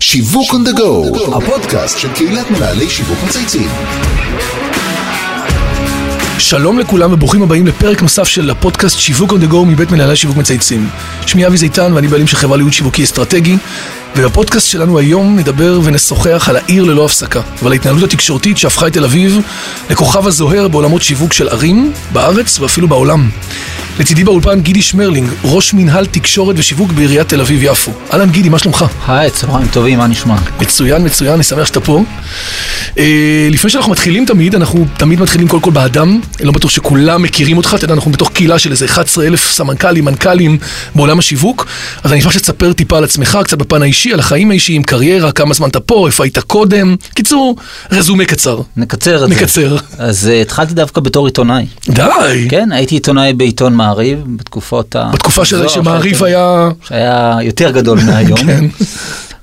שיווק on the go, הפודקאסט של קהילת מנהלי שיווק מצייצים. שלום לכולם וברוכים הבאים לפרק נוסף של הפודקאסט שיווק on the go מבית מנהלי השיווק מצייצים. שמי אבי זיתן ואני בעלים של חברה לייעוד שיווקי אסטרטגי, ובפודקאסט שלנו היום נדבר ונשוחח על העיר ללא הפסקה, ועל ההתנהלות התקשורתית שהפכה את תל אביב לכוכב הזוהר בעולמות שיווק של ערים, בארץ ואפילו בעולם. לצידי באולפן גידי שמרלינג, ראש מינהל תקשורת ושיווק בעיריית תל אביב-יפו. אהלן גידי, מה שלומך? היי, צהריים טובים, מה נשמע? מצוין, מצוין, אני שמח שאתה פה. אה, לפני שאנחנו מתחילים תמיד, אנחנו תמיד מתחילים קודם כל באדם. אני לא בטוח שכולם מכירים אותך, אתה יודע, אנחנו בתוך קהילה של איזה 11,000 סמנכ"לים, מנכ"לים בעולם השיווק. אז אני אשמח שתספר טיפה על עצמך, קצת בפן האישי, על החיים האישיים, קריירה, כמה זמן אתה פה, איפה היית קודם. קיצור, רזומה קצר. נקצר את זה. נקצר. אז אה, התחלתי דווקא בתור עיתונאי. די! כן, הייתי עיתונאי בעיתון מעריב, בתקופות ה... בתקופה של- זו, שמעריב לא, אחרי- היה שהיה יותר גדול מהיום. כן.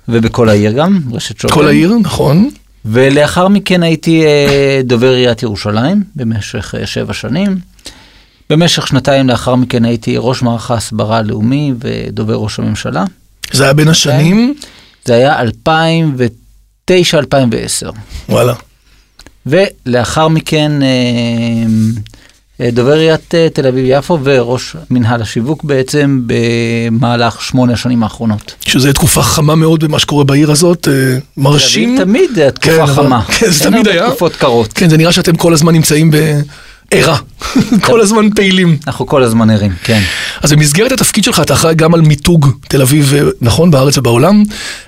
ובכל העיר גם, רשת שוקן. כל העיר, נכון? ולאחר מכן הייתי אה, דובר עיריית ירושלים במשך אה, שבע שנים. במשך שנתיים לאחר מכן הייתי ראש מערך ההסברה הלאומי ודובר ראש הממשלה. זה היה בין אוקיי. השנים, זה היה 2009-2010. וואלה. ולאחר מכן אה, אה, דובר עיריית אה, תל אביב-יפו וראש מנהל השיווק בעצם במהלך שמונה השנים האחרונות. שזו תקופה חמה מאוד במה שקורה בעיר הזאת, אה, מרשים. תל אביב תמיד התקופה כן, אבל- חמה. כן, זה אין תמיד הרבה היה. תקופות קרות. כן, זה נראה שאתם כל הזמן נמצאים בערה, כל הזמן פעילים. אנחנו כל הזמן ערים, כן. אז במסגרת התפקיד שלך אתה אחראי גם על מיתוג תל אביב, אה, נכון, בארץ ובעולם.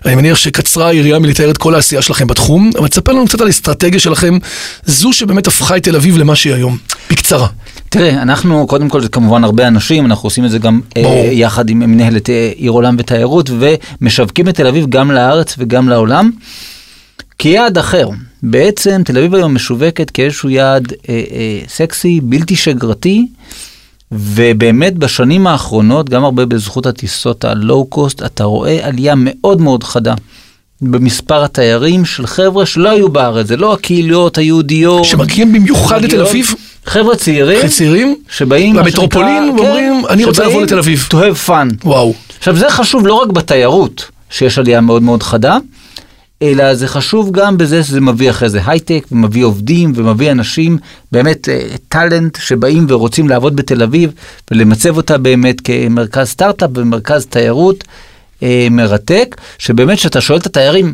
אני מניח שקצרה היריעה מלתאר את כל העשייה שלכם בתחום, אבל תספר לנו קצת על האסטרטגיה שלכם, זו שבאמת הפכה את תל אביב למה שהיא היום, בקצרה. תראה, אנחנו, קודם כל, זה כמובן הרבה אנשים, אנחנו עושים את זה גם אה, ברור. יחד עם מנהלת אה, עיר עולם ותיירות, ומשווקים את תל אביב גם לארץ וגם לעולם, כיעד אחר. בעצם תל אביב היום משווקת כאיזשהו יעד אה, אה, סקסי, בלתי שגרתי, ובאמת בשנים האחרונות, גם הרבה בזכות הטיסות הלואו-קוסט, אתה רואה עלייה מאוד מאוד חדה. במספר התיירים של חבר'ה שלא היו בארץ, זה לא הקהילות היהודיות. שמגיעים במיוחד לתל אביב, חבר'ה צעירים, חצעירים, שבאים... למטרופולין, מה שנקרא, כן, ואומרים, "אני רוצה שבאים לבוא לתל אביב." To have fun. וואו. עכשיו, זה חשוב לא רק בתיירות, שיש עלייה מאוד מאוד חדה, אלא זה חשוב גם בזה שזה מביא אחרי זה הייטק, ומביא עובדים, ומביא אנשים, באמת אה, טאלנט, שבאים ורוצים לעבוד בתל אביב, ולמצב אותה באמת כמרכז סטארט-אפ ומרכז תיירות אה, מרתק, שבאמת, כשאתה שואל את התיירים,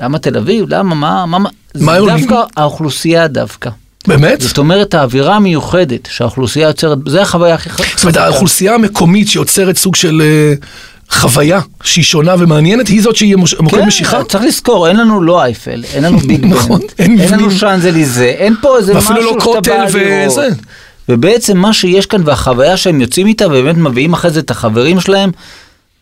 למה תל אביב? למה? מה? מה? מה? זה מה הם עונים? דווקא האוכלוסייה דווקא. באמת? זאת אומרת, האווירה המיוחדת שהאוכלוסייה יוצרת, זה החוויה הכי חשובה. זאת אומרת, האוכלוסייה המקומית שיוצרת סוג של אה, חוויה שהיא שונה ומעניינת, היא זאת שהיא המוש- כן, המוקד משיכה? צריך לזכור, אין לנו לא אייפל, אין לנו ביג בן, נכון, אין אין לנו מבנים. שאנזליזה, אין פה איזה משהו ואפילו לא שאתה בא כותל לראות. וזה. ובעצם מה שיש כאן והחוויה שהם יוצאים איתה ובאמת מביאים אחרי זה את החברים שלהם,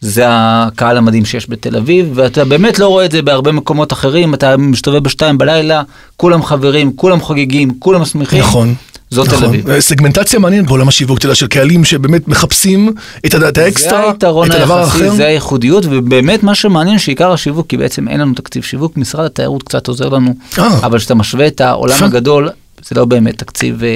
זה הקהל המדהים שיש בתל אביב, ואתה באמת לא רואה את זה בהרבה מקומות אחרים, אתה מסתובב בשתיים בלילה, כולם חברים, כולם חוגגים, כולם שמחים. נכון. זאת תל נכון. אביב. אה, סגמנטציה מעניינת בעולם השיווק, אתה יודע, של קהלים שבאמת מחפשים את הד- את זה האקסטרה, היתרון את הדבר היחסי, האחר. זה הייחודיות, ובאמת מה שמעניין שעיקר השיווק, כי בעצם אין לנו תקציב שיווק, משרד התיירות קצת עוזר לנו, אה. אבל כשאתה משווה את העולם יפה. הגדול, זה לא באמת תקציב... אה,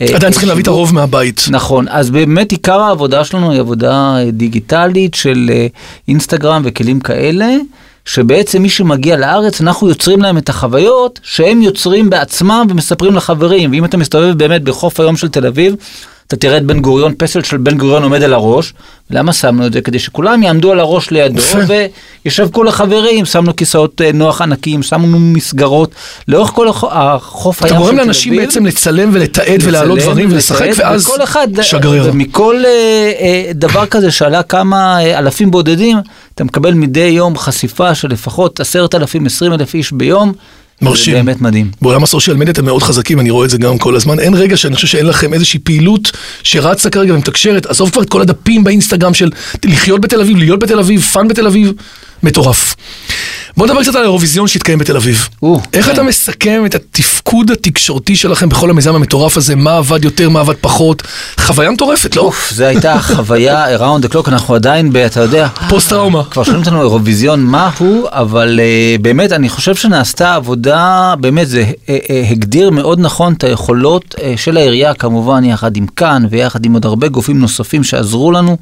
אה, עדיין צריכים שיווק. להביא את הרוב מהבית. נכון, אז באמת עיקר העבודה שלנו היא עבודה אה, דיגיטלית של אה, אינסטגרם וכלים כאלה, שבעצם מי שמגיע לארץ, אנחנו יוצרים להם את החוויות שהם יוצרים בעצמם ומספרים לחברים. ואם אתה מסתובב באמת בחוף היום של תל אביב, אתה תראה את בן גוריון, פסל של בן גוריון עומד על הראש. למה שמנו את זה? כדי שכולם יעמדו על הראש לידו יפה. וישווקו לחברים. שמנו כיסאות אה, נוח ענקים, שמנו מסגרות. לאורך כל הח- החוף הים של אתה תל גורם אביב. לאנשים בעצם לצלם ולתעד ולהעלות לצלם, דברים ולשחק, לתעד, ואז וכל אחד, אה, שגריר. ומכל אה, אה, דבר כזה שעלה כמה אה, אלפים בודדים, אתה מקבל מדי יום חשיפה של לפחות עשרת אלפים, עשרים אלף איש ביום. מרשים. זה באמת מדהים. בעולם הסושיאל מדיה אתם מאוד חזקים, אני רואה את זה גם כל הזמן. אין רגע שאני חושב שאין לכם איזושהי פעילות שרצה כרגע ומתקשרת. עזוב כבר את כל הדפים באינסטגרם של לחיות בתל אביב, להיות בתל אביב, פאן בתל אביב. מטורף. בוא נדבר קצת על האירוויזיון שהתקיים בתל אביב. או, איך כן. אתה מסכם את התפקוד התקשורתי שלכם בכל המיזם המטורף הזה? מה עבד יותר, מה עבד פחות? חוויה מטורפת, לא? אוף, זו הייתה חוויה around the clock, אנחנו עדיין, ב- אתה יודע, פוסט-טראומה. כבר שואלים אותנו אירוויזיון מהו, אבל אה, באמת, אני חושב שנעשתה עבודה, באמת, זה אה, אה, הגדיר מאוד נכון את היכולות אה, של העירייה, כמובן, יחד עם כאן ויחד עם עוד הרבה גופים נוספים שעזרו לנו.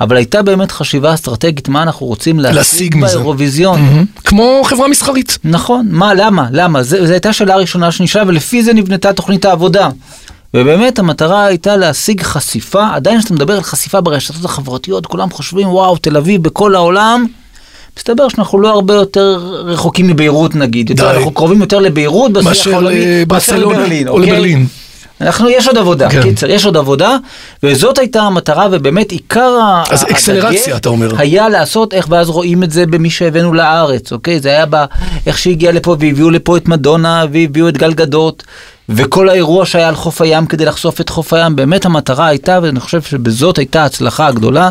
אבל הייתה באמת חשיבה אסטרטגית מה אנחנו רוצים להשיג להשיג מזה. באירוויזיון. מהמם. כמו חברה מסחרית. נכון, מה, למה, למה, זו הייתה שאלה הראשונה שנשאלה, ולפי זה נבנתה תוכנית העבודה. ובאמת המטרה הייתה להשיג חשיפה, עדיין כשאתה מדבר על חשיפה ברשתות החברתיות, כולם חושבים, וואו, תל אביב בכל העולם. מסתבר שאנחנו לא הרבה יותר רחוקים מביירות נגיד, יותר, די. אנחנו קרובים יותר לביירות בשיח מאשר העולמי, לברצלונה לברלין, אוקיי? או לברלין. אנחנו, יש עוד עבודה, כן. כן. קיצר, יש עוד עבודה, וזאת הייתה המטרה, ובאמת עיקר ה- אז הדגש אקסלרציה, אתה אומר. היה לעשות איך, ואז רואים את זה במי שהבאנו לארץ, אוקיי? זה היה ב... איך שהגיע לפה, והביאו לפה את מדונה, והביאו את גל גדות, וכל האירוע שהיה על חוף הים כדי לחשוף את חוף הים, באמת המטרה הייתה, ואני חושב שבזאת הייתה ההצלחה הגדולה,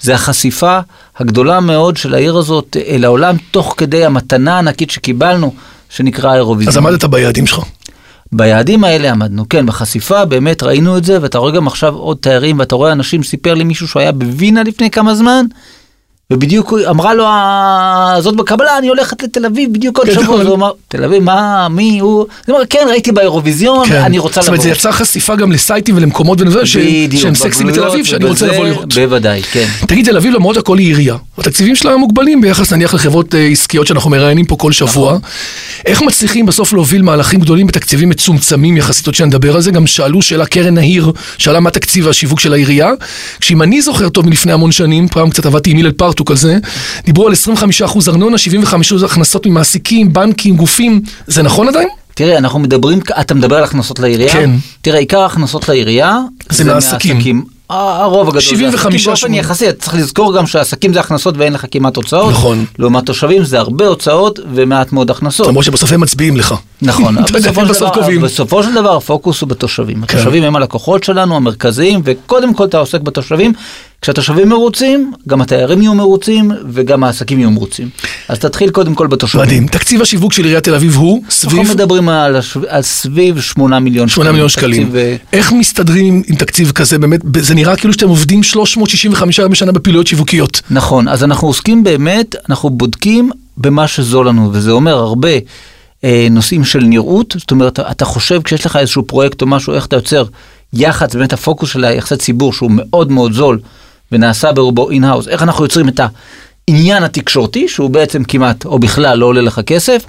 זה החשיפה הגדולה מאוד של העיר הזאת אה, לעולם, תוך כדי המתנה הענקית שקיבלנו, שנקרא האירוויזיון. אז עמדת ביעדים שלך. ביעדים האלה עמדנו, כן, בחשיפה באמת ראינו את זה, ואתה רואה גם עכשיו עוד תיירים, ואתה רואה אנשים, סיפר לי מישהו שהיה בווינה לפני כמה זמן, ובדיוק הוא- אמרה לו, "ה- זאת בקבלה, אני הולכת לתל אביב בדיוק עוד כן, שבוע, נכון. אז הוא אמר, תל אביב, מה, מי, הוא, הוא אמר, כן, ראיתי באירוויזיון, כן. אני רוצה זאת אומרת, לבוא. זה יצר חשיפה גם לסייטים ולמקומות ולזה, ש- בדיוק, שהם סקסים בתל בגלויות אביב, שאני רוצה ובזה, לבוא לראות. בוודאי, כן. תגיד, תל אביב למרות הכל היא עירייה. התקציבים שלה הם מוגבלים ביחס נניח לחברות אה, עסקיות שאנחנו מראיינים פה כל שבוע. נכון. איך מצליחים בסוף להוביל מהלכים גדולים בתקציבים מצומצמים יחסית, עוד שנדבר על זה? גם שאלו שאלה קרן נהיר, שאלה מה תקציב השיווק של העירייה. שאם אני זוכר טוב מלפני המון שנים, פעם קצת עבדתי עם הלל פרטוק על זה, דיברו על 25% ארנונה, 75% הכנסות ממעסיקים, בנקים, גופים. זה נכון עדיין? תראה, אנחנו מדברים, אתה מדבר על הכנסות לעירייה? כן. תראה, עיקר ההכנסות לעירייה זה מהעסקים. ה- הרוב הגדול זה 75, עסקים באופן שמונים. יחסי, אתה צריך לזכור גם שעסקים זה הכנסות ואין לך כמעט הוצאות. נכון. לעומת תושבים זה הרבה הוצאות ומעט מאוד הכנסות. למרות שבסוף הם מצביעים לך. נכון, אתה יודע, בסופו הם של, בסוף דבר, קובעים. בסופו של דבר הפוקוס הוא בתושבים. כן. התושבים הם הלקוחות שלנו, המרכזיים, וקודם כל אתה עוסק בתושבים. כשהתושבים מרוצים, גם התיירים יהיו מרוצים, וגם העסקים יהיו מרוצים. אז תתחיל קודם כל בתושבים. מדהים. תקציב השיווק של עיריית תל אביב הוא סביב אנחנו מדברים על, השו- על סביב 8 מיליון 8 מיליון שקלים. תקציב, אה, איך מסתדרים עם- עם תקציב כזה באמת? ב- זה נראה כאילו שאתם עובדים 365 ימים בשנה בפעילויות שיווקיות. נכון, אז אנחנו עוסקים באמת, אנחנו בודקים במה שזול לנו, וזה אומר הרבה אה, נושאים של נראות, זאת אומרת, אתה חושב כשיש לך איזשהו פרויקט או משהו, איך אתה יוצר יח"צ, באמת הפוקוס של היחסי ציבור שהוא מאוד מאוד זול, ונעשה ברובו אין-האוס, איך אנחנו יוצרים את העניין התקשורתי, שהוא בעצם כמעט או בכלל לא עולה לך כסף,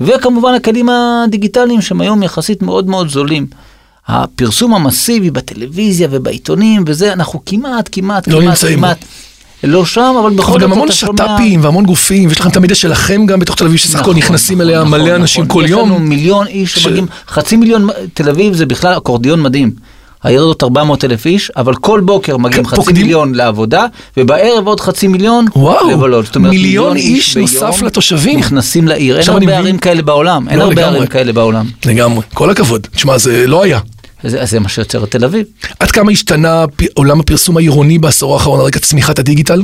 וכמובן הכלים הדיגיטליים שהם היום יחסית מאוד מאוד זולים. הפרסום המסיבי בטלוויזיה ובעיתונים וזה, אנחנו כמעט, כמעט, לא כמעט, נמצאים בו. כמעט לא שם, אבל בכל אבל זאת נכון, גם המון אתה שומע... שת"פים והמון גופים, ויש לכם את המדיה שלכם גם בתוך תל אביב, שסך הכל נכון, נכנסים נכון, אליה נכון, מלא נכון. אנשים כל יש לנו יום. מיליון איש ש- שמגיעים, חצי מיליון, תל אביב זה בכלל אקורדיון מדהים. העיר הזאת 400 אלף איש, אבל כל בוקר מגיעים כן, חצי פוקדים. מיליון לעבודה, ובערב עוד חצי מיליון וואו, לבלות. זאת אומרת, מיליון איש ביום נוסף לתושבים. נכנסים לעיר, אין עכשיו אני הרבה מבין. ערים כאלה בעולם, אין לא, הרבה לגמרי. ערים כאלה בעולם. לגמרי, כל הכבוד. תשמע, זה לא היה. זה זה מה שיוצר את תל אביב. עד כמה השתנה פ- עולם הפרסום העירוני בעשור האחרון על רקע צמיחת הדיגיטל?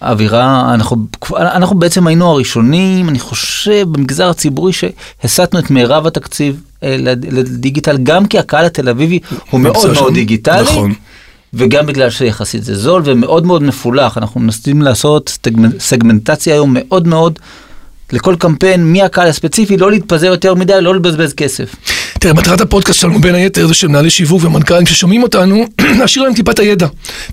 האווירה, אנחנו, אנחנו בעצם היינו הראשונים, אני חושב, במגזר הציבורי שהסטנו את מירב התקציב אה, לד- לדיגיטל, גם כי הקהל התל אביבי הוא מאוד נמצא מאוד שם. דיגיטלי, נכון. וגם בגלל שיחסית זה זול ומאוד מאוד מפולח, אנחנו מנסים לעשות סטגמנ- סגמנטציה היום מאוד מאוד. לכל קמפיין, מי הקהל הספציפי, לא להתפזר יותר מדי, לא לבזבז כסף. תראה, מטרת הפודקאסט שלנו בין היתר זה שמנהלי שיווק ומנכ"לים ששומעים אותנו, להשאיר להם טיפה את הידע.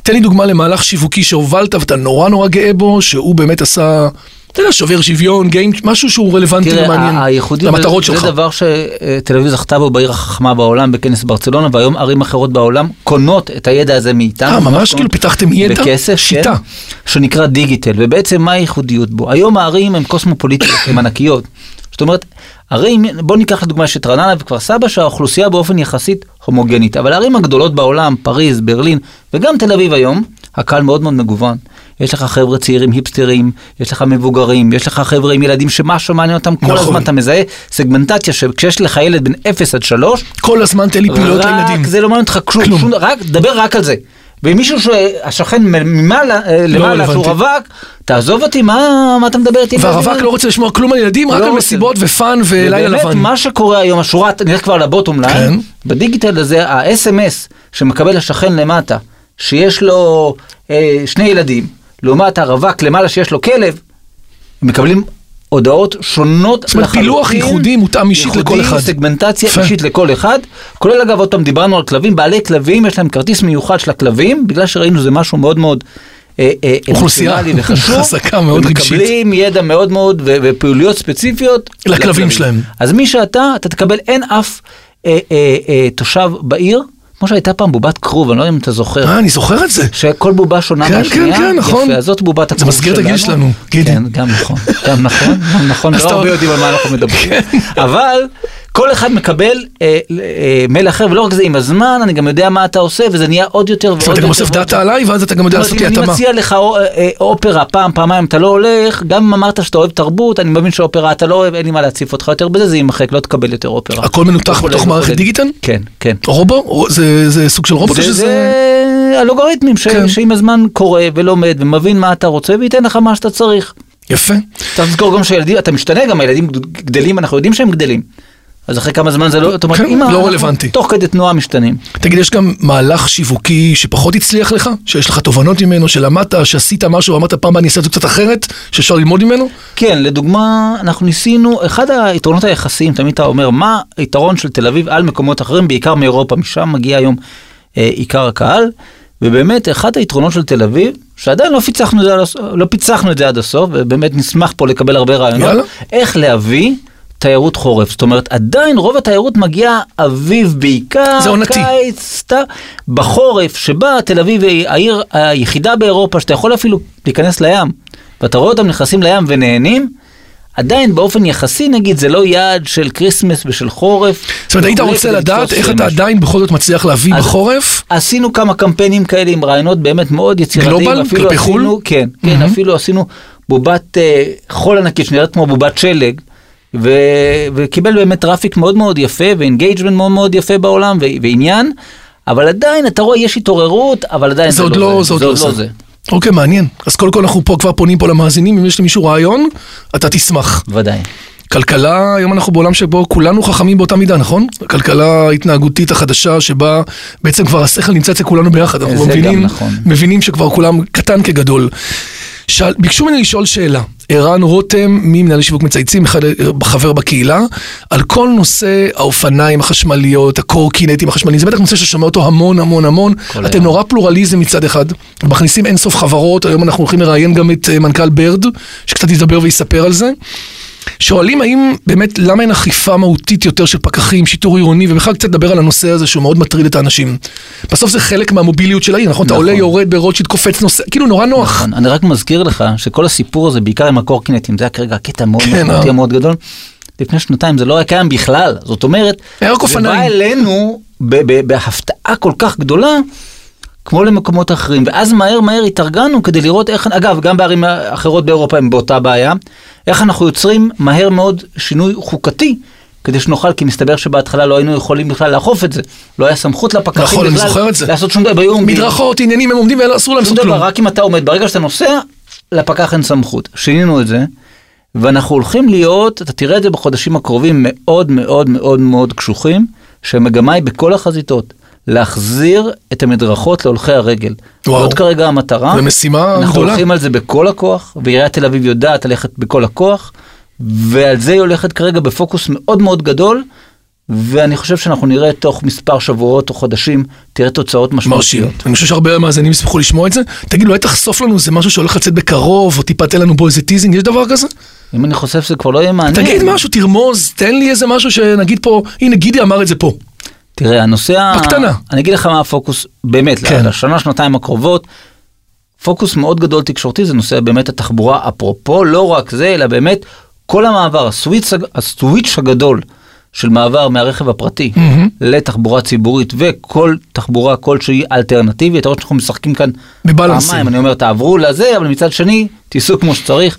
תן לי דוגמה למהלך שיווקי שהובלת ואתה נורא נורא גאה בו, שהוא באמת עשה, אתה יודע, שובר שוויון, גיים, משהו שהוא רלוונטי תראה, ומעניין. ה- הייחודיות, למטרות זה- שלך. זה דבר שתל אביב זכתה בו בעיר החכמה בעולם, בכנס ברצלונה, והיום ערים אחרות בעולם קונות את הידע הזה מאיתנו. אה, ממש אנחנו- כאילו פיתחתם ידע? בכסף, שיטה. כן, שנקרא דיגיטל, ובעצם מה הייחודיות בו? היום הערים הן קוסמופוליטיות, הן ענקיות. זאת אומרת, ערים, בוא ניקח לדוגמה יש את רעננה וכפר סבא, שהאוכלוסייה באופן יחסית הומוגנית, אבל הערים הגדולות בעולם, פריז, ברלין, וגם תל אביב היום, הקהל מאוד מאוד מגוון. יש לך חבר'ה צעירים היפסטרים, יש לך מבוגרים, יש לך חבר'ה עם ילדים שמה שמעניין אותם, כל נכון. הזמן אתה מזהה סגמנטציה שכשיש לך ילד בין 0 עד 3, כל הזמן תן לי פעילויות לילדים. רק זה לא מעניין אותך כלום, כלום. שום, רק, דבר רק על זה. ומישהו שהשכן מ- ממעלה, אה, למעלה, שהוא לא רלוונטי. רווק, תעזוב אותי, מה, מה אתה מדבר איתי? והרווק לא רוצה לשמוע כלום על ילדים, רק לא על רוצה. מסיבות ופאן ולילה ובאמת, לבן. מה שקורה היום, השורה, נלך כבר לבוטום ליין, כן. בדיגיטל הזה, ה-SMS שמקבל השכן למטה, שיש לו אה, שני ילדים, לעומת הרווק למעלה שיש לו כלב, הם מקבלים הודעות שונות זאת אומרת, פילוח ייחודי, מותאם אישית ייחודי, לכל אחד. סגמנטציה יפה. אישית לכל אחד, כולל אגב, עוד פעם דיברנו על כלבים, בעלי כלבים, יש להם כרטיס מיוחד של הכלבים, בגלל שראינו זה משהו מאוד מאוד... אה, אה, אה, אוכלוסייה אמוציונלי וחשוב. חזקה מאוד רגשית. ומקבלים ידע מאוד מאוד ו- ופעילויות ספציפיות. לכלבים שלהם. אז מי שאתה, אתה תקבל, אין אף אה, אה, אה, תושב בעיר, כמו שהייתה פעם בובת כרוב, אני לא יודע אם אתה זוכר. אה, אני זוכר את זה. שכל בובה שונה כן, מהשנייה, כן, כן, נכון. יפה, אז זאת בובת הכרוב מזכיר את הגיל שלנו, גידי. כן, גם נכון, גם נכון, גם נכון, אז לא אתה- כן. הרבה יודעים על מה אנחנו מדברים. אבל כל אחד מקבל אה, אה, מייל אחר, ולא רק זה, עם הזמן, אני גם יודע מה אתה עושה, וזה נהיה עוד יותר ועוד זאת אומרת, אתה יותר. גם אוסף ועוד יותר. דאטה עליי, ואז אתה גם יודע אבל לעשות לי לא, אם אני התאמה. מציע לך אה, אה, אופרה פעם, פעמיים, אתה לא הולך, גם אם אמרת שאתה אוהב תרבות, אני מבין שאופרה אתה לא אוהב, אין לי מה להציף אותך יותר בזה, זה יימחק, לא תקבל יותר אופרה. הכל מנותח וכולי בתוך וכולי. מערכת דיגיטל? כן, כן. רובו? או- זה- זה סוג של רובוט או זה, שזה... זה אלגוריתמים ש... כן. שעם הזמן קורא ולומד ומבין מה אתה רוצה וייתן לך מה שאתה צריך. יפה. אתה תזכור גם שהילדים, אתה משתנה גם, הילדים גדלים, אנחנו יודעים שהם גדלים. אז אחרי כמה זמן זה לא, זאת אומרת, כן, "אמא, לא אנחנו רלוונטי." תוך כדי תנועה משתנים. תגיד, יש גם מהלך שיווקי שפחות הצליח לך? שיש לך תובנות ממנו, שלמדת, שעשית משהו ואמרת פעם הבאה אני אעשה את זה קצת אחרת, שאפשר ללמוד ממנו? כן, לדוגמה, אנחנו ניסינו, אחד היתרונות היחסיים, תמיד אתה אומר, מה היתרון של תל אביב על מקומות אחרים, בעיקר מאירופה, משם מגיע היום אה, עיקר הקהל, ובאמת, אחד היתרונות של תל אביב, שעדיין לא פיצחנו את זה, על הס- לא פיצחנו את זה עד הסוף, ובאמת נשמח פה לקבל הרבה רעיונות, יאללה. איך להביא תיירות חורף. זאת אומרת, עדיין רוב התיירות מגיעה אביב בעיקר, זה עונתי. קיץ, סתיו, בחורף, שבה תל אביב היא העיר היחידה באירופה שאתה יכול אפילו להיכנס לים, ואתה רואה אותם נכנסים לים ונהנים, עדיין באופן יחסי נגיד זה לא יעד של כריסמס ושל חורף. זאת אומרת, היית וכולי, רוצה כדי לדעת לתפוס איך אתה משהו. עדיין בכל זאת מצליח להביא אז- בחורף? עשינו כמה קמפיינים כאלה עם רעיונות באמת מאוד יצירתיים. גלובל? אפילו כלפי עשינו- חו"ל? Mm-hmm. כן, כן, אפילו עשינו בובת אה, חול ענקית שנראית כמו בובת שלג. ו- וקיבל באמת טראפיק מאוד מאוד יפה ואינגייג'מנט מאוד מאוד יפה בעולם ו- ועניין, אבל עדיין אתה רואה יש התעוררות, אבל עדיין זה עוד לא, זה עוד לא זה. אוקיי, מעניין. אז קודם כל אנחנו פה כבר פונים פה למאזינים, אם יש למישהו רעיון, אתה תשמח. ודאי. כלכלה, היום אנחנו בעולם שבו כולנו חכמים באותה מידה, נכון? הכלכלה ההתנהגותית החדשה שבה בעצם כבר השכל נמצא אצל כולנו ביחד. אנחנו זה גם מבינים, נכון. מבינים שכבר כולם קטן כגדול. שאל, ביקשו ממני לשאול שאלה. ערן רותם ממנהלי שיווק מצייצים, אחד אה, חבר בקהילה, על כל נושא האופניים החשמליות, הקורקינטים החשמליים, זה בטח נושא ששומע אותו המון המון המון. כל אתם היום. נורא פלורליזם מצד אחד, מכניסים אינסוף חברות, היום אנחנו הולכים לראיין גם את אה, מנכ"ל ברד, שקצת ידבר ויספר על זה. שואלים האם באמת, למה אין אכיפה מהותית יותר של פקחים, שיטור עירוני, ובכלל קצת לדבר על הנושא הזה שהוא מאוד מטריד את האנשים. בסוף זה חלק מהמוביליות של העיר, נכון? אתה נכון. עולה, יורד ברוטשילד, קופץ, נוסע, כאילו נורא נוח. נכון. אני רק מזכיר לך שכל הסיפור הזה, בעיקר עם הקורקינטים, זה היה כרגע קטע מאוד כן, משמעותי אה. מאוד גדול. לפני שנתיים זה לא היה קיים בכלל, זאת אומרת, היה רק זה אופניים. בא אלינו ב- ב- בהפתעה כל כך גדולה, כמו למקומות אחרים, ואז מהר מהר התארגנו כדי לראות איך, אגב, גם בערים אחרות באירופה הם באותה בעיה, איך אנחנו יוצרים מהר מאוד שינוי חוקתי. כדי שנוכל, כי מסתבר שבהתחלה לא היינו יכולים בכלל לאכוף את זה. לא היה סמכות לפקחים נכון, אני בכלל זוכר את זה. לעשות שום דבר. והיו עומדים. מדרכות, עניינים, הם עומדים ואסור להם שום לעשות כלום. דבר, רק אם אתה עומד, ברגע שאתה נוסע, לפקח אין סמכות. שינינו את זה, ואנחנו הולכים להיות, אתה תראה את זה בחודשים הקרובים, מאוד מאוד מאוד מאוד קשוחים, שהמגמה היא בכל החזיתות, להחזיר את המדרכות להולכי הרגל. וואו. זאת כרגע המטרה. זו משימה אנחנו גדולה. הולכים על זה בכל הכוח, ועיריית תל אביב יודעת ללכת בכל הכוח, ועל זה היא הולכת כרגע בפוקוס מאוד מאוד גדול. ואני חושב שאנחנו נראה תוך מספר שבועות או חודשים, תראה תוצאות משמעותיות. מרשים. אני חושב שהרבה מהמאזינים ישמחו לשמוע את זה. תגיד, אולי תחשוף לנו איזה משהו שהולך לצאת בקרוב, או טיפה תן לנו בו איזה טיזינג, יש דבר כזה? אם אני חושף זה כבר לא יהיה מעניין. תגיד משהו, תרמוז, תן לי איזה משהו שנגיד פה, הנה גידי אמר את זה פה. תראה, הנושא... ה- בקטנה. אני אגיד לך מה הפוקוס, באמת, כן. כן. לשנה, שנתיים הקרובות. פוקוס מאוד גדול תקשורתי זה נושא באמת התחבורה. אפרופו, לא רק זה, אלא באמת כל המעבר, הסוויץ, הג- הסוויץ' הגדול של מעבר מהרכב הפרטי מהמם. לתחבורה ציבורית וכל תחבורה כלשהי אלטרנטיבית. אתה רואה שאנחנו משחקים כאן בבלנסים. פעמיים, אני אומר, תעברו לזה, אבל מצד שני, תיסעו כמו שצריך.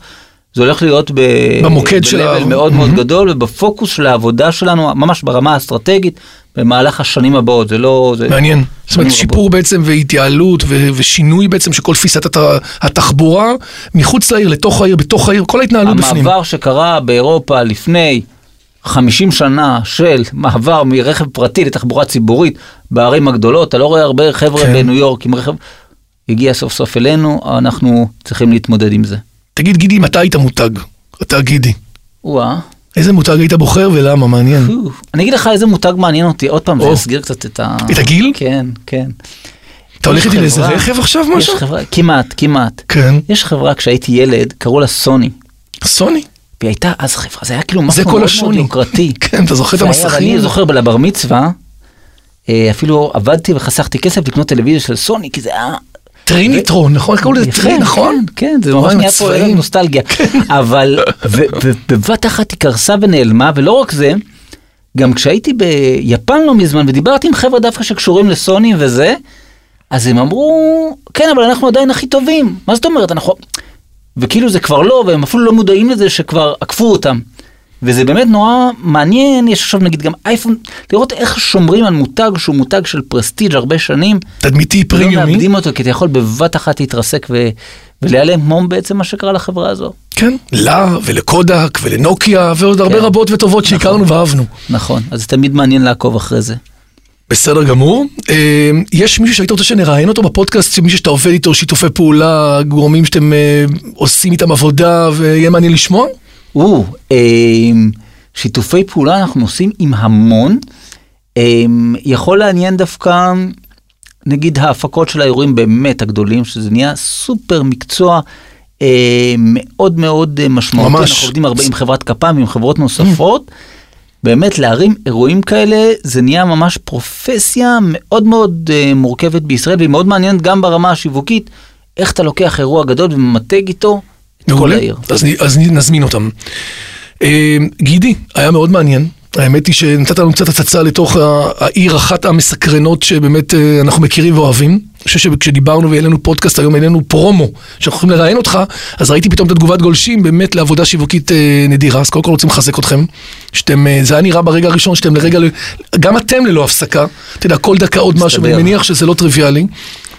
זה הולך להיות ב... במוקד של ה- ה... מאוד מאוד מהמם. גדול ובפוקוס של העבודה שלנו ממש ברמה האסטרטגית במהלך השנים הבאות זה לא זה מעניין. זאת שנים אומרת, רבות. שיפור בעצם והתייעלות ו- ושינוי בעצם של כל תפיסת הת- התחבורה מחוץ לעיר, לתוך העיר, בתוך העיר, כל ההתנהלות בפנים. המעבר שקרה באירופה לפני 50 שנה של מעבר מרכב פרטי לתחבורה ציבורית בערים הגדולות אתה לא רואה הרבה חבר'ה כן. בניו יורק עם רכב הגיע סוף סוף אלינו אנחנו צריכים להתמודד עם זה. תגיד, גידי, מתי היית מותג? אתה גידי. וואה. איזה מותג היית בוחר ולמה? מעניין. פו. אני אגיד לך איזה מותג מעניין אותי עוד פעם זה או. יסגיר קצת את ה... את הגיל? כן כן. אתה הולך איתי חברה- לאיזה רכב עכשיו יש משהו? חברה, כמעט, כמעט. כן. יש חברה, כשהייתי ילד, קראו לה סוני. סוני. והיא הייתה אז חברה, זה היה כאילו משהו זה כל מאוד מאוד השוני. יוקרתי. כן, אתה זוכר את והיה- המסכים? ואני זוכר לבר מצווה, אה, אפילו עבדתי וחסכתי כסף לקנות טלוויזיה של סוני, כי זה היה... טריניטרון, נכון? קראו לזה יפה, טרי, נכון? כן, כן, זה וואי, ממש כן. עם נהיה פה הצבעים. ערב נוסטלגיה. כן. אבל, ו- ו- בבת אחת היא קרסה ונעלמה, ולא רק זה, גם כשהייתי ביפן לא מזמן, ודיברתי עם חבר'ה דווקא שקשורים לסוני וזה, אז הם אמרו, כן, אבל אנחנו עדיין הכי טובים. מה זאת אומרת, אנחנו... וכאילו זה כבר לא, והם אפילו לא מודעים לזה שכבר עקפו אותם. וזה באמת נורא מעניין, יש עכשיו נגיד גם אייפון, לראות איך שומרים על מותג שהוא מותג של פרסטיג' הרבה שנים, תדמיתי לא פרימיומי. מאבדים אותו, כי אתה יכול בבת אחת להתרסק ו... ולהיעלם כמו בעצם מה שקרה לחברה הזו. כן. לה ולקודק ולנוקיה ועוד הרבה כן. רבות וטובות שהכרנו ואהבנו. נכון, אז זה תמיד מעניין לעקוב אחרי זה. בסדר גמור. אה, יש מישהו שהיית רוצה שנראיין אותו בפודקאסט, מישהו שאתה עובד איתו, שיתופי פעולה, גורמים שאתם אה, עושים איתם עבודה ויהיה מעניין לשמוע? או, אמ, שיתופי פעולה אנחנו עושים עם המון. אמ, יכול לעניין דווקא, נגיד ההפקות של האירועים באמת הגדולים, שזה נהיה סופר מקצוע. אה, מאוד מאוד אה, משמעותי, ממש. אנחנו עובדים הרבה עם חברת כפ"ם, עם חברות נוספות, באמת להרים אירועים כאלה זה נהיה ממש פרופסיה מאוד מאוד אה, מורכבת בישראל והיא מאוד מעניינת גם ברמה השיווקית, איך אתה לוקח אירוע גדול וממתג איתו את כל מעולה. העיר. אז, נ- אז נ- נזמין אותם. אה, גידי, היה מאוד מעניין. האמת היא שנתת לנו קצת הצצה לתוך ה- העיר אחת המסקרנות שבאמת אה, אנחנו מכירים ואוהבים. אני חושב שכשדיברנו והעלינו פודקאסט היום, העלינו פרומו שאנחנו יכולים לראיין אותך, אז ראיתי פתאום את התגובת גולשים באמת לעבודה שיווקית אה, נדירה. אז קודם כל רוצים לחזק אתכם. שאתם, אה, זה היה נראה ברגע הראשון שאתם לרגע, ל- גם אתם ללא הפסקה. אתה יודע, כל דקה עוד משהו, מסתבר. ואני מניח שזה לא טריוויאלי.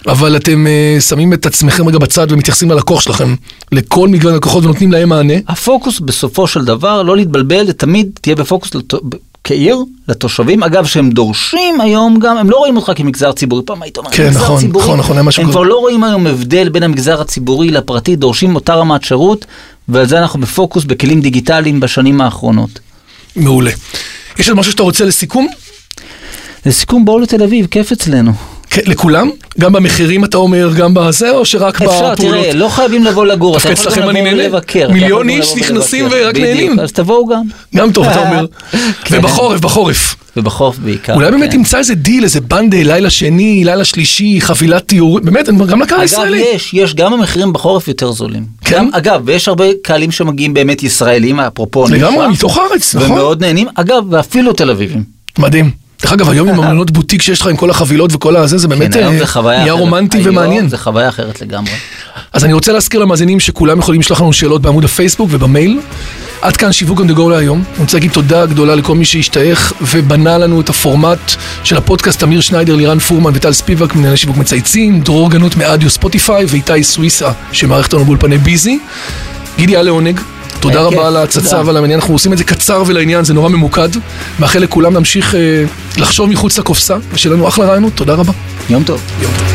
אבל אתם אה, שמים את עצמכם רגע בצד ומתייחסים ללקוח שלכם, לכל מגוון לקוחות ונותנים להם מענה. הפוקוס בסופו של דבר, לא להתבלבל, תמיד תהיה בפוקוס לת... ב- כעיר לתושבים, אגב שהם דורשים היום גם, הם לא רואים אותך כמגזר ציבורי, פעם היית אומר, כן, מגזר נכון, ציבורי, נכון, נכון, היה משהו הם כזה. כבר לא רואים היום הבדל בין המגזר הציבורי לפרטי, דורשים אותה רמת שירות, ועל זה אנחנו בפוקוס בכלים דיגיטליים בשנים האחרונות. מעולה. יש עוד משהו שאתה רוצה לסיכום? לסיכום, בואו לתל אביב, כיף אצלנו. כן, לכולם? גם במחירים אתה אומר, גם בזה, או שרק אפשר, בפעולות? תראה, לא חייבים לבוא לגור, אתה דווקא יכול אצלכם גם אני לבוא נהנה. ולבקר. אתה מיליון יכול גם איש לבוא נכנסים ולבקר. ורק בדיוק, נהנים. אז תבואו גם, גם טוב, אתה אומר. כן. ובחורף, בחורף. ובחוף בעיקר. אולי באמת כן. תמצא איזה דיל, איזה בנדל, לילה שני, לילה שלישי, חבילת תיאור, באמת, אני אומר, גם לקהל אגב, הישראלי. יש, יש, גם המחירים בחורף יותר זולים. כן? גם, אגב, ויש הרבה קהלים שמגיעים באמת ישראלים, אפרופו. לגמרי, נפלא, מתוך הארץ, נכון? ומאוד נהנים, אגב, ואפילו תל אביבים. מדהים. דרך אגב, היום עם המלונות בוטיק שיש לך עם כל החבילות וכל הזה, זה באמת כן, היום אה, זה חוויה נהיה אחרת. רומנטי היום ומעניין. זה חוויה אחרת לגמרי. אז אני רוצה להזכיר למאזינים שכולם יכולים לשלוח לנו שאלות בעמוד הפייסבוק ובמייל. עד כאן שיווק on the go להיום. אני רוצה להגיד תודה גדולה לכל מי שהשתייך ובנה לנו את הפורמט של הפודקאסט אמיר שניידר, לירן פורמן וטל ספיבק מנהלי שיווק מצייצים, דרור גנות מאדיו ספוטיפיי ואיתי סוויסה שמערכת אותנו באולפני ביזי. גידי היה לעונג. תודה היה רבה כיף, על ההצצה תודה. ועל המעניין, אנחנו עושים את זה קצר ולעניין, זה נורא ממוקד. מאחל לכולם להמשיך אה, לחשוב מחוץ לקופסה, ושיהיה לנו אחלה רעיונות, תודה רבה. יום טוב. יום טוב.